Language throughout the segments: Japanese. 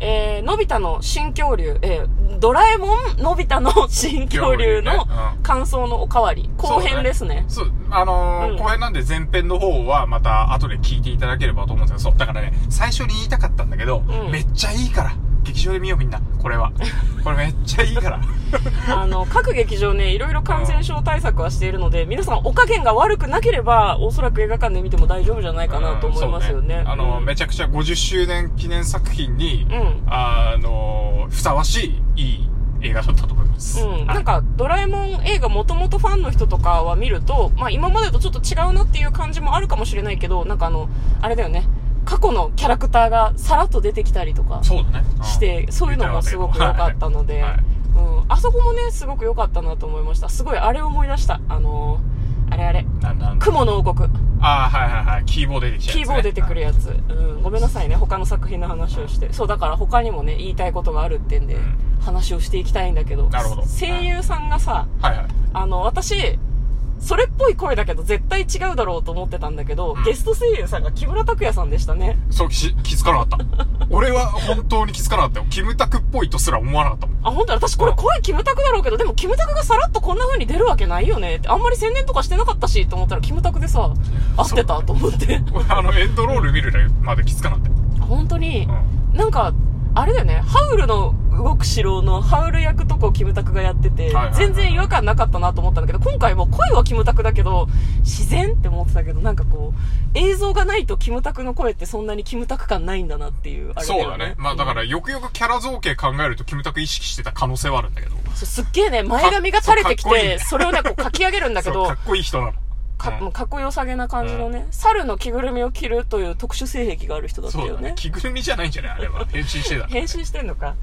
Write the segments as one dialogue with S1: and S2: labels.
S1: ーのび太の新恐竜、えードラえもん、のび太の新恐竜の
S2: 恐竜ねうん
S1: 感想のおかわり、後編ですね。
S2: そう、あのー
S1: うん
S2: 後編なんで前編の方はまた後で聞いていただければと思うんですけど、そう、だからね、最初に言いたかったんだけど、
S1: うん
S2: めっちゃいいから、劇場で見ようみんな、これは。 これめっちゃいいから。
S1: あ の、各劇場ね、いろいろ感染症対策はしているので、皆さんお加減が悪くなければ、おそらく映画館で見ても大丈夫じゃないかなと思いますよね。
S2: うんそうあのー、
S1: うん
S2: めちゃくちゃ50周年記念作品に、
S1: うん
S2: あのーふさわしい、いい映画だったと思います。
S1: うん、なんか、ドラえもん映画もともとファンの人とかは見ると、まあ今までとちょっと違うなっていう感じもあるかもしれないけど、なんかあの、あれだよね、過去のキャラクターがさらっと出てきたりとか
S2: そうだね。うん
S1: して、そういうのがすごく良かったので、
S2: はいはい
S1: うん、あそこもね、すごく良かったなと思いました。すごいあれを思い出した。あのーあれあれ、
S2: なんだなんだ
S1: 雲の王国、
S2: ああ、はいはいはい。キーボー出てきちゃう、
S1: キーボー出てくる
S2: や
S1: やつ、うん、ごめんなさいね、他の作品の話をして。そう、だから他にもね、言いたいことがあるってんで
S2: うん、
S1: 話をしていきたいんだけど、
S2: なるほど
S1: 声優さんがさ、
S2: つね。はいはい。
S1: あの、私、それっぽい声だけど絶対違うだろうと思ってたんだけど、
S2: うん
S1: ゲスト声優さんが木村拓哉さんでしたね。
S2: そう、し気づかなかった。俺は本当に気づかなかったよ。キムタクっぽいとすら思わなかったもん。
S1: あ、本当に私これ声キムタクだろうけど、でもキムタクがさらっとこんな風に出るわけないよねって、あんまり宣伝とかしてなかったし、と思ったらキムタクでさ、合ってたと思って。
S2: 俺あの、エンドロール見るまで気づかなかったよ。
S1: 本当に、
S2: う
S1: なんか、あれだよね、ハウルの動く城のハウル役とかをキムタクがやってて
S2: はいはいは、い
S1: 全然違和感なかったなと思ったんだけど、今回も声はキムタクだけど、自然って思ってたけど、なんかこう、映像がないとキムタクの声ってそんなにキムタク感ないんだなっていう、あ
S2: ん。
S1: れ
S2: そう
S1: よ
S2: だね。まあだから、よくよくキャラ造形考えるとキムタク意識してた可能性はあるんだけど。
S1: そうすっげえね、前髪が垂れてき
S2: かっこいい
S1: て、
S2: ね
S1: それをね、こう書き上げるんだけ
S2: そう、か
S1: ど
S2: っ、こいい人なの。
S1: か
S2: うん
S1: かっこよさげな感じのね、猿の着ぐるみを着るという特殊性癖がある人だった
S2: そう
S1: よ
S2: だね
S1: ね。。
S2: 着ぐるみじゃないんじゃないあ れは。変身してた。
S1: 変身してんのか。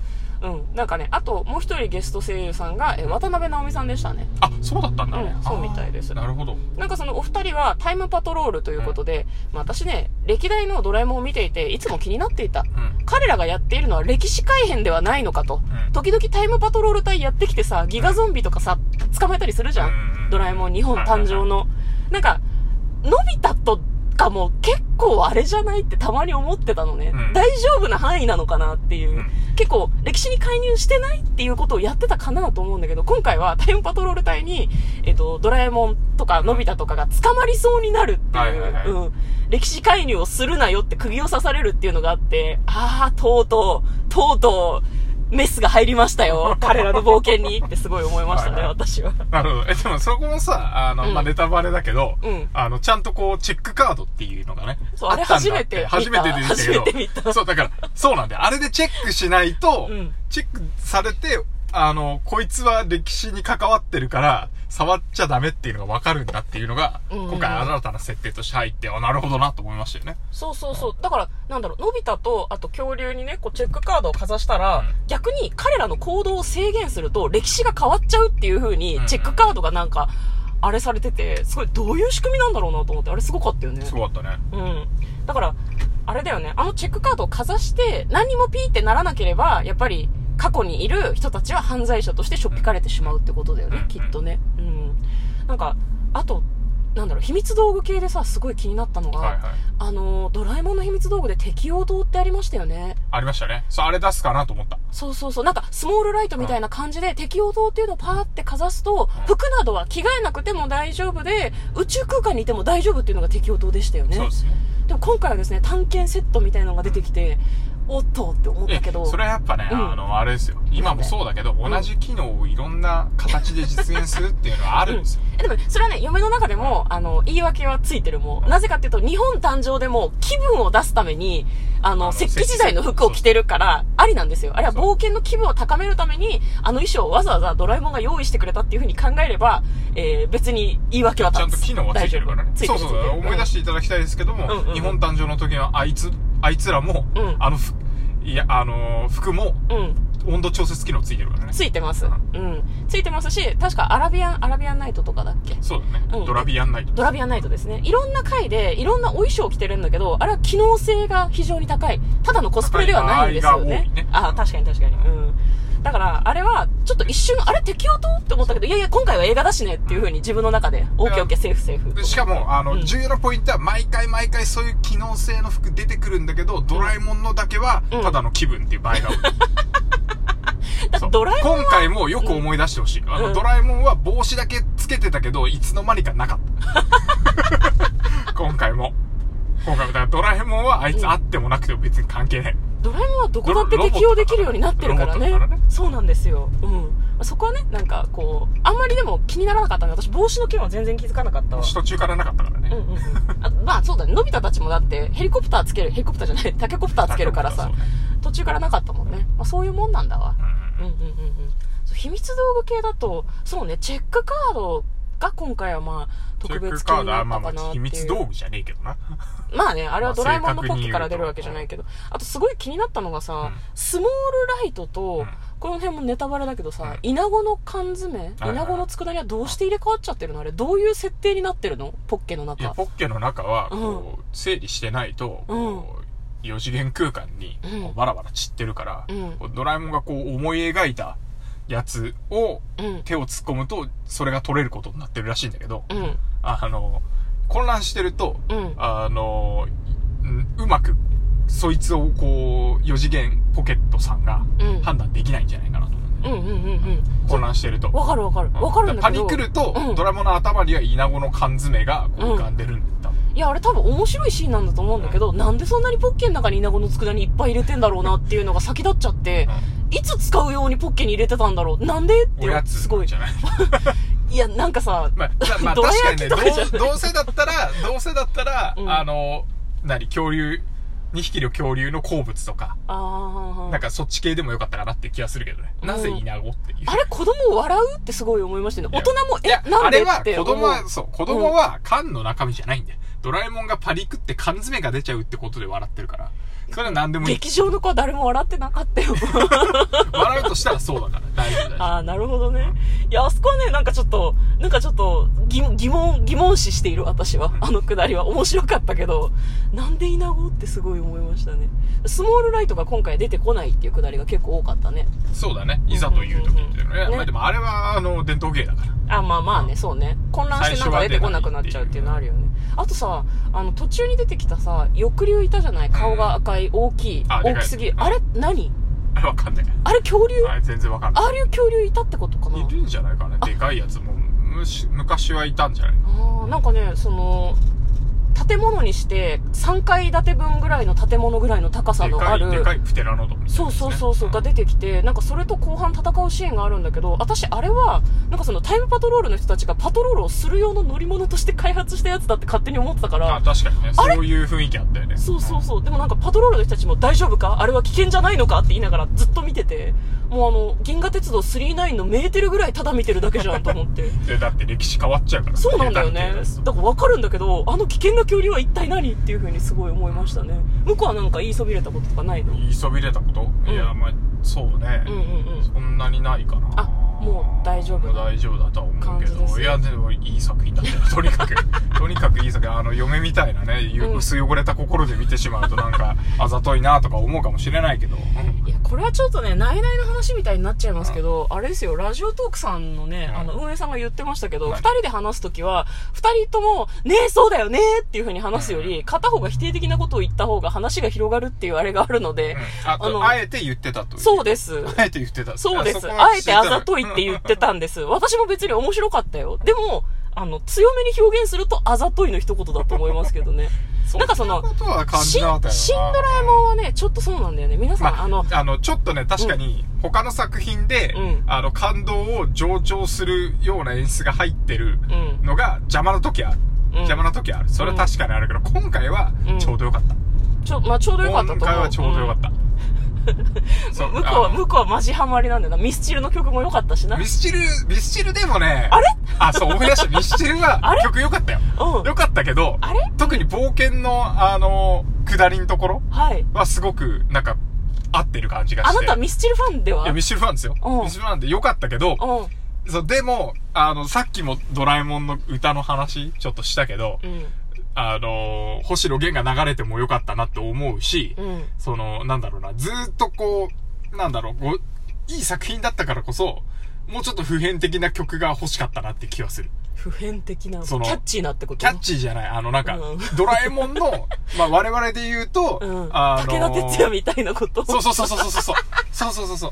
S1: うん。なんかね、あともう一人ゲスト声優さんが、え渡辺直美さんでしたね。
S2: あ、そうだったんだね
S1: う。んそうみたいです
S2: あーなるほど。
S1: なんかそのお二人はタイムパトロールということで、まあ私ね、歴代のドラえもんを見ていて、いつも気になっていた。
S2: うん。
S1: 彼らがやっているのは歴史改変ではないのかと。
S2: うん
S1: 時々タイムパトロール隊やってきてさ、ギガゾンビとかさ、捕まえたりするじゃ
S2: うん
S1: ん。ドラえもん日本
S2: はいはいは
S1: 誕
S2: い
S1: 生の。なんか、のび太とかも結構あれじゃないってたまに思ってたのね。
S2: うん
S1: 大丈夫な範囲なのかなっていう。
S2: うん
S1: 結構歴史に介入してないっていうことをやってたかなと思うんだけど、今回はタイムパトロール隊に、えっと、ドラえもんとかのび太とかが捕まりそうになるって
S2: はい
S1: い、
S2: はいはいう
S1: うん、歴史介入をするなよって釘を刺されるっていうのがあって、ああ、とうとう、とうとう、メスが入りましたよ。彼らの冒険にってすごい思いましたね、
S2: はいはい
S1: 私は。
S2: なるほど。え、でもそこもさ、あの、
S1: うん
S2: まあ、ネタバレだけど、
S1: うん
S2: あの、ちゃんとこう、チェックカードっていうのがね。
S1: そうあれ
S2: ったんだっ
S1: 初
S2: 初
S1: め
S2: め
S1: て
S2: て
S1: 見
S2: 出
S1: た
S2: てきたけど。
S1: 初めて見た
S2: そう、だから、そうなんだよ。あれでチェックしないと、
S1: うん
S2: チェックされて、あの、こいつは歴史に関わってるから、触っちゃダメっていうのがわかるんだっていうのが、
S1: うん
S2: 今回新たな設定として入って、あ、なるほどなと思いましたよね。
S1: そうそうそう。だから、なんだろう、のび太と、あと恐竜にね、こう、チェックカードをかざしたら、
S2: うん
S1: 逆に彼らの行動を制限すると、歴史が変わっちゃうっていう風に
S2: う、ん
S1: チェックカードがなんか、あれされてて、すごい、どういう仕組みなんだろうなと思って、あれすごかったよね。
S2: すごかったね。
S1: うん。だから、あれだよね、あのチェックカードをかざして、何もピーってならなければ、やっぱり、過去にいる人たちは犯罪者としてしょっぴかれてしまうってことだよね、
S2: うん
S1: きっとね。うん。なんか、あと、なんだろう、秘密道具系でさ、すごい気になったのが、
S2: はいはい。
S1: あのードラえもんの秘密道具で適応灯ってありましたよね。
S2: ありましたね。そう、あれ出すかなと思った。
S1: そうそうそう。なんか、スモールライトみたいな感じで、適応灯っていうのをパーってかざすと、服などは着替えなくても大丈夫で、宇宙空間にいても大丈夫っていうのが適応灯でしたよね
S2: そう。ですね。
S1: でも今回はですね、探検セットみたいなのが出てきて、おっとって思っ
S2: え
S1: たけど、
S2: それはやっぱね、
S1: うん
S2: あの、あれですよ。今もそうだけど、
S1: ん
S2: 同じ機能をいろんな形で実現するっていうのはあるんですよ。
S1: えでもね、それはね、嫁の中でも、あの、言い訳はついてるもう。なぜかっていうと、日本誕生でも気分を出すために、あの、
S2: あの
S1: 石器時代の服を着てるから、ありなんですよ。あれは冒険の気分を高めるために、あの衣装をわざわざドラえもんが用意してくれたっていうふうに考えれば、えー、別に言い訳は
S2: ち
S1: 立
S2: ゃんと
S1: つ。
S2: 機能はついてるからね
S1: 大。丈夫ついてるつ
S2: そうそう、
S1: いてる
S2: 思い出していただきたいですけども、
S1: うんうんうん
S2: 日本誕生の時のあいつ、あいつらも、
S1: うん
S2: あの服、いや、あのー服も
S1: うんうん。
S2: 温度調節機能ついてるからね。
S1: ついてます。うん。ついてますし、確かアラビアン、アラビアンナイトとかだっけ
S2: そうだね、
S1: うん
S2: ドラビアンナイト。
S1: ドラビアンナイトですね。いろんな回で、いろんなお衣装を着てるんだけど、あれは機能性が非常に高い。ただのコスプレではないんですよね
S2: 高い場合が多いね。
S1: ああ、確かに確かに。うん。だから、あれは、ちょっと一瞬、あれ適応とって思ったけど、いやいや、今回は映画だしねっていう風に自分の中で、オッケーオッケー、セーフセーフ
S2: で。しかも、あの、
S1: うん
S2: 重要なポイントは、毎回毎回そういう機能性の服出てくるんだけど、ドラえもんのだけは、
S1: うん
S2: ただの気分っていう場合が多い。
S1: だ
S2: そう
S1: ドラえもん
S2: 今回もよく思い出してほしい。あ
S1: うん
S2: の、ドラえもんは帽子だけつけてたけど、いつの間にかなか った。今回も。今回も、だからドラえもんはあいつあってもなくても別に関係ない。
S1: ドラえもんはどこだって適応できるようになってるからね
S2: ロボットだからね
S1: そうなんですようんそこはねなんかこうあんまりでも気にならなかったんで私帽子の件は全然気づかなかったわ
S2: 途中からなかったから
S1: うん
S2: ね。
S1: うんうんあまあそうだねのび太たちもだってヘリコプターつけるヘリコプターじゃないタケコプターつけるからさ
S2: そうね
S1: 途中からなかったもんね、まあ、そういうもんなんだわ
S2: うん
S1: うんうんうんうんそう秘密道具系だとそうねチェックカードが今回はまあ
S2: チェ
S1: 特
S2: ッ
S1: 別機
S2: クカー
S1: に
S2: ド
S1: な
S2: は
S1: っ
S2: ま
S1: た
S2: あ
S1: か
S2: ま
S1: なって
S2: あ秘
S1: い
S2: 密
S1: う
S2: 道具じゃねえけどな。
S1: まあね、あれは
S2: まあ
S1: ドラえもんのポッケから出るわけじゃないけど、あとすごい気になったのがさ、
S2: うん
S1: スモールライトと、
S2: うん
S1: この辺もネタバレだけどさ、
S2: うん
S1: イナゴの缶詰、
S2: はい
S1: イナゴの佃煮はどうして入れ替わっちゃってるのあれ、どういう設定になってるのポッケの
S2: いや、
S1: 中。
S2: ポッケの中は、こう、整理してないと、こう、4次元空間に
S1: うん
S2: こうバラバラ散ってるから
S1: うん、
S2: こうドラえもんがこう思い描いたやつを
S1: うん。
S2: 手を突っ込むと、それが取れることになってるらしいんだけど、
S1: うん。
S2: あの、混乱してると、
S1: うん。
S2: あの、うんうまく、そいつをこう、4次元ポケットさんが
S1: うん
S2: 判断できないんじゃないかなと思うんだ
S1: う
S2: よね
S1: んうんうん
S2: 混乱してると
S1: うん。。わかるわかる。わかるんだけど。
S2: パニクると、
S1: うん
S2: ドラえもんの頭にはイナゴの缶詰がこう浮かんでるんだ、
S1: いや、あれ多分面白いシーンなんだと思うんだけど、なんでそんなにポッケの中にイナゴの佃煮いっぱい入れてんだろうなっていうのが先立っちゃって、いつ使うようにポッケに入れてたんだろうなんでっ
S2: おや
S1: て、
S2: つ
S1: すごい
S2: じ。ゃない
S1: いや、なんかさ、
S2: まあ、じゃあまあ
S1: どら
S2: 確か
S1: 焼
S2: に
S1: きと
S2: ねど
S1: かじゃないう
S2: どうせだったらどうせだったら、
S1: うん
S2: あの何恐竜2匹の恐竜の好物とか、
S1: ああ。
S2: なんかそっち系でもよかったかなって気がするけどね、
S1: うん
S2: なぜイナゴっていう
S1: あれ子供笑うってすごい思いましたね。
S2: い
S1: 大
S2: や
S1: 人も、
S2: いや
S1: え、な
S2: あ
S1: んで
S2: れは
S1: って
S2: 子
S1: 思う。
S2: 供はそう子供は缶の中身じゃないんだよドラえもんがパニックって缶詰が出ちゃうってことで笑ってるからそれは何でもいい
S1: 劇場の子は誰も笑ってなかったよ。
S2: 笑うとしたらそうだから大丈夫だよ
S1: ああ、なるほどね。いや、あそこはね、なんかちょっと、なんかちょっと、疑疑問、疑問視している私は。あのくだりは。面白かったけど、なんでイナゴってすごい思いましたね。スモールライトが今回出てこないっていうくだりが結構多かったね。
S2: そうだねいざという時っていうの
S1: うんうんうん
S2: ね
S1: ね
S2: まあでもあれはあの伝統芸だから
S1: あ、まあまあね、そうね。混乱してなんか出てこなくなっちゃうっていうのあるよね。あとさ、あの、途中に出てきたさ、抑留いたじゃない顔が赤い、大きい、
S2: あで
S1: 大
S2: かい
S1: きすぎ。あれ、何
S2: あれ わかんない
S1: あれ恐竜
S2: あれ全然わかんない
S1: ああいう恐竜いたってことかない
S2: るんじゃないかなでかいやつもむし昔はいたんじゃないか
S1: あーなんかねその建物にして3階建て分ぐらいの建物ぐらいの高さ
S2: で
S1: の
S2: か
S1: あ
S2: いで
S1: る
S2: かいプテラノドンみたいなやつね
S1: そうそうそうそうが出てきてなんかそれと後半戦うシーンがあるんだけど私あれはなんかそのタイムパトロールの人たちがパトロールをする用の乗り物として開発したやつだって勝手に思ってたか
S2: あ
S1: ら
S2: 確かにね
S1: あれ
S2: そういう雰囲気あったよね
S1: そうそうそうでもなんかパトロールの人たちも大丈夫かあれは危険じゃないのかって言いながらずっと見ててもうあの銀河鉄道999のメーテルぐらいただ見てるだけじゃんと思って
S2: でだって歴史変わっちゃうから
S1: そうなんだよね
S2: 下手に
S1: だから分かるんだけどあの危険な恐竜は一体何っていうふうにすごい思いましたね向こうはなんか言いそびれたこととかないの
S2: 言いそびれたこと、
S1: うん
S2: いやまあそうね、
S1: うんうんうん
S2: そんなにないかな
S1: あもう大丈夫
S2: もう大丈夫だとは思うけ
S1: 感じで
S2: ど
S1: す
S2: いやでもいい作品だった よとにかくとにかくいい作品あの嫁みたいなね、ゆ
S1: うん
S2: 薄汚れた心で見てしまうとなんかあざといなとか思うかもしれないけど、
S1: いやこれはちょっとねないないの話みたいになっちゃいますけどあれですよラジオトークさんのね
S2: うん
S1: あの運営さんが言ってましたけど
S2: は
S1: 2
S2: い
S1: 人で話す時は2人とも「ねえそうだよね」っていうふうに話すより片方が否定的なことを言った方が話が広がるっていうあれがあるので
S2: うん、あと
S1: あ
S2: あ
S1: の
S2: えて言ってたという
S1: そうです
S2: あえて言ってた
S1: そうで
S2: そ
S1: す。
S2: こ
S1: あ
S2: は
S1: え
S2: 知
S1: て
S2: りた
S1: あざといって言ってたんです。私も別に面白かったよ。でも、あの、強めに表現するとあざといの一言だと思いますけどね。 なんかその
S2: んなことは感じ
S1: 新、
S2: なかったよな
S1: 新ドラえもんはね、ちょっとそうなんだよね。皆さん、
S2: まあ、
S1: あの、
S2: あの、ちょっとね、確かに、他の作品で、
S1: うん
S2: あの、感動を上調するような演出が入ってる
S1: うん。
S2: のが邪魔な時ある。邪魔な時ある。それは確かにあるけど、今回は
S1: うん
S2: ちょうどよかった。
S1: ちょ、まあ、ちょうどよかったと思
S2: 今
S1: う。
S2: 回はちょうどよかった。そ
S1: うん向こうは、
S2: あの
S1: 向こうはマジハマりなんだよな。ミスチルの曲も良かったしな。うん
S2: ミ。スチル、ミスチルでもね、あ
S1: れ
S2: あ、そう、思い出した。 ミスチルは
S1: あれ
S2: 曲良かったよ。良
S1: は
S2: かったけど
S1: あれ、
S2: 特に冒険の、あの、下りのところ
S1: い。
S2: はすごく、なんか、合ってる感じが
S1: あ
S2: して。
S1: なたミスチルファンではい
S2: や、ミスチルファンですよ。
S1: うん
S2: ミスチルファンで良かったけど、
S1: うん。
S2: そう、でも、あの、さっきもドラえもんの歌の話、ちょっとしたけど
S1: う、ん。
S2: あの、星野源が流れてもよかったなって思うし、
S1: うん。
S2: その、なんだろうな、ずーっとこう、なんだろう、ごいい作品だったからこそ、もうちょっと普遍的な曲が欲しかったなって気はする。
S1: 普遍的な、キ
S2: そ
S1: ャ
S2: の
S1: ッチーなってこと
S2: キャッチーじゃない、あのなんか、
S1: うん
S2: ドラえもんの、まあ我々で言うと、
S1: うん。
S2: あの
S1: 武田鉄矢みたいなこと
S2: そうそうそうそうそうそう。そうそうそうそう。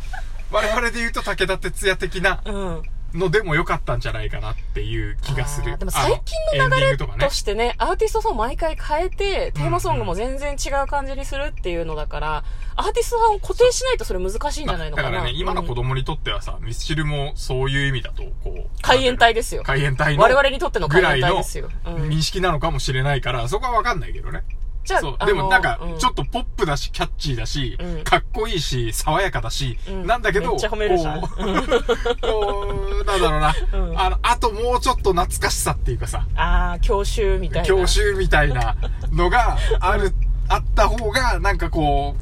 S2: 我々で言うと武田鉄矢的な
S1: うん。
S2: のでも良かったんじゃないかなっていう気がす
S1: あ
S2: る。
S1: ーでも最近
S2: あ
S1: の
S2: エンディン
S1: 流
S2: グ
S1: れ
S2: とかね
S1: と。してね、アーティストさんを毎回変えて、テーマソングも全然違う感じにするっていうのだから、アーティストさんを固定しないとそれ難しいんじゃないのかな。
S2: だからね、今の子
S1: うん
S2: 供にとってはさ、ミスチルもそういう意味だと、こう。
S1: 海援隊ですよ。
S2: 海援隊の。
S1: 我々にとっての
S2: ぐ
S1: 海
S2: らい
S1: 援隊
S2: の
S1: ですよ。うん
S2: 認識なのかもしれないから、そこはわかんないけどね。
S1: じゃあ
S2: そう。
S1: あの
S2: でもなんか
S1: う、
S2: ちょっとポップだし、キャッチーだし、
S1: うん
S2: かっこいいし、爽やかだし、
S1: うん
S2: なんだけど、
S1: めっちゃ褒めるじゃん
S2: こう、こうなんだろうな、
S1: うん
S2: あの、あともうちょっと懐かしさっていうかさ、
S1: ああ、教習みたいな。
S2: 教習みたいなのがある、 あった方が、なんかこ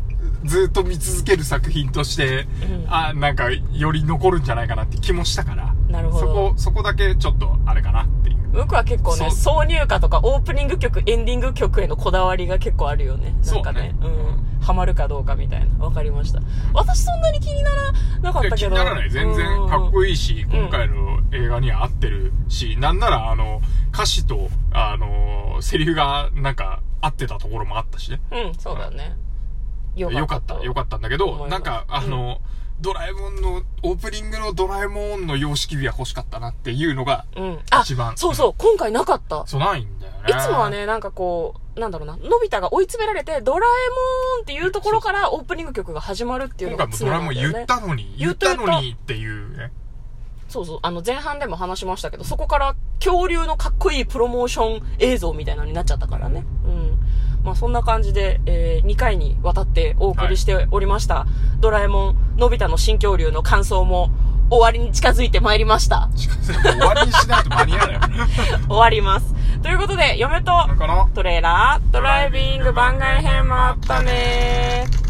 S2: う、ずっと見続ける作品として、
S1: うん
S2: あ、なんか、より残るんじゃないかなって気もしたから、
S1: なるほど
S2: そこ、そこだけちょっと、あれかなっていう。
S1: 僕は結構ね、
S2: そ
S1: 挿入歌とかオープニング曲、エンディング曲へのこだわりが結構あるよね。なんかね。
S2: そうね
S1: うん。ハマるかどうかみたいな。わかりました。私そんなに気にならなかっ
S2: いや
S1: た
S2: 気
S1: け
S2: に
S1: ど。
S2: ならない。全然かっ
S1: いい。
S2: こいいし、
S1: うん
S2: 今回の映画には合ってるし、なんなら、あの、歌詞と、あの、セリフが、なんか、合ってたところもあったしね。
S1: うん、そうだね。よ
S2: よかった、よか
S1: っ
S2: ったんだけ
S1: 思いま
S2: ど、
S1: す
S2: なんか、あの、ドラえもんの、オープニングのドラえもんの様式美は欲しかったなっていうのが、
S1: た。うん。あ、
S2: 一番
S1: そうそう、今回なかった。
S2: そうないんだよね。
S1: いつもは、ね、なんかこう、なんだろうな、のび太が追い詰められて、ドラえもんっていうところからオープニング曲が始まるっていう
S2: 今
S1: の
S2: 回
S1: が常な
S2: もドラえも
S1: ん
S2: ん
S1: だよ
S2: 言
S1: ね。
S2: ったのに、
S1: 言
S2: 言
S1: っ
S2: ったたのにっていうね。
S1: そうそう、あの前半でも話しましたけど、そこから恐竜のかっこいいプロモーション映像みたいなのになっちゃったからね。うん。まあそんな感じで、え2回にわたってお送りしておりました、ドラえもん、のび太の新恐竜の感想も終わりに近づいてまいりました。
S2: しかも終わりにしないと間に合わないよ。
S1: 終わります。ということで、嫁と
S2: この、
S1: トレーラー、ドライビング番外編もあったねー。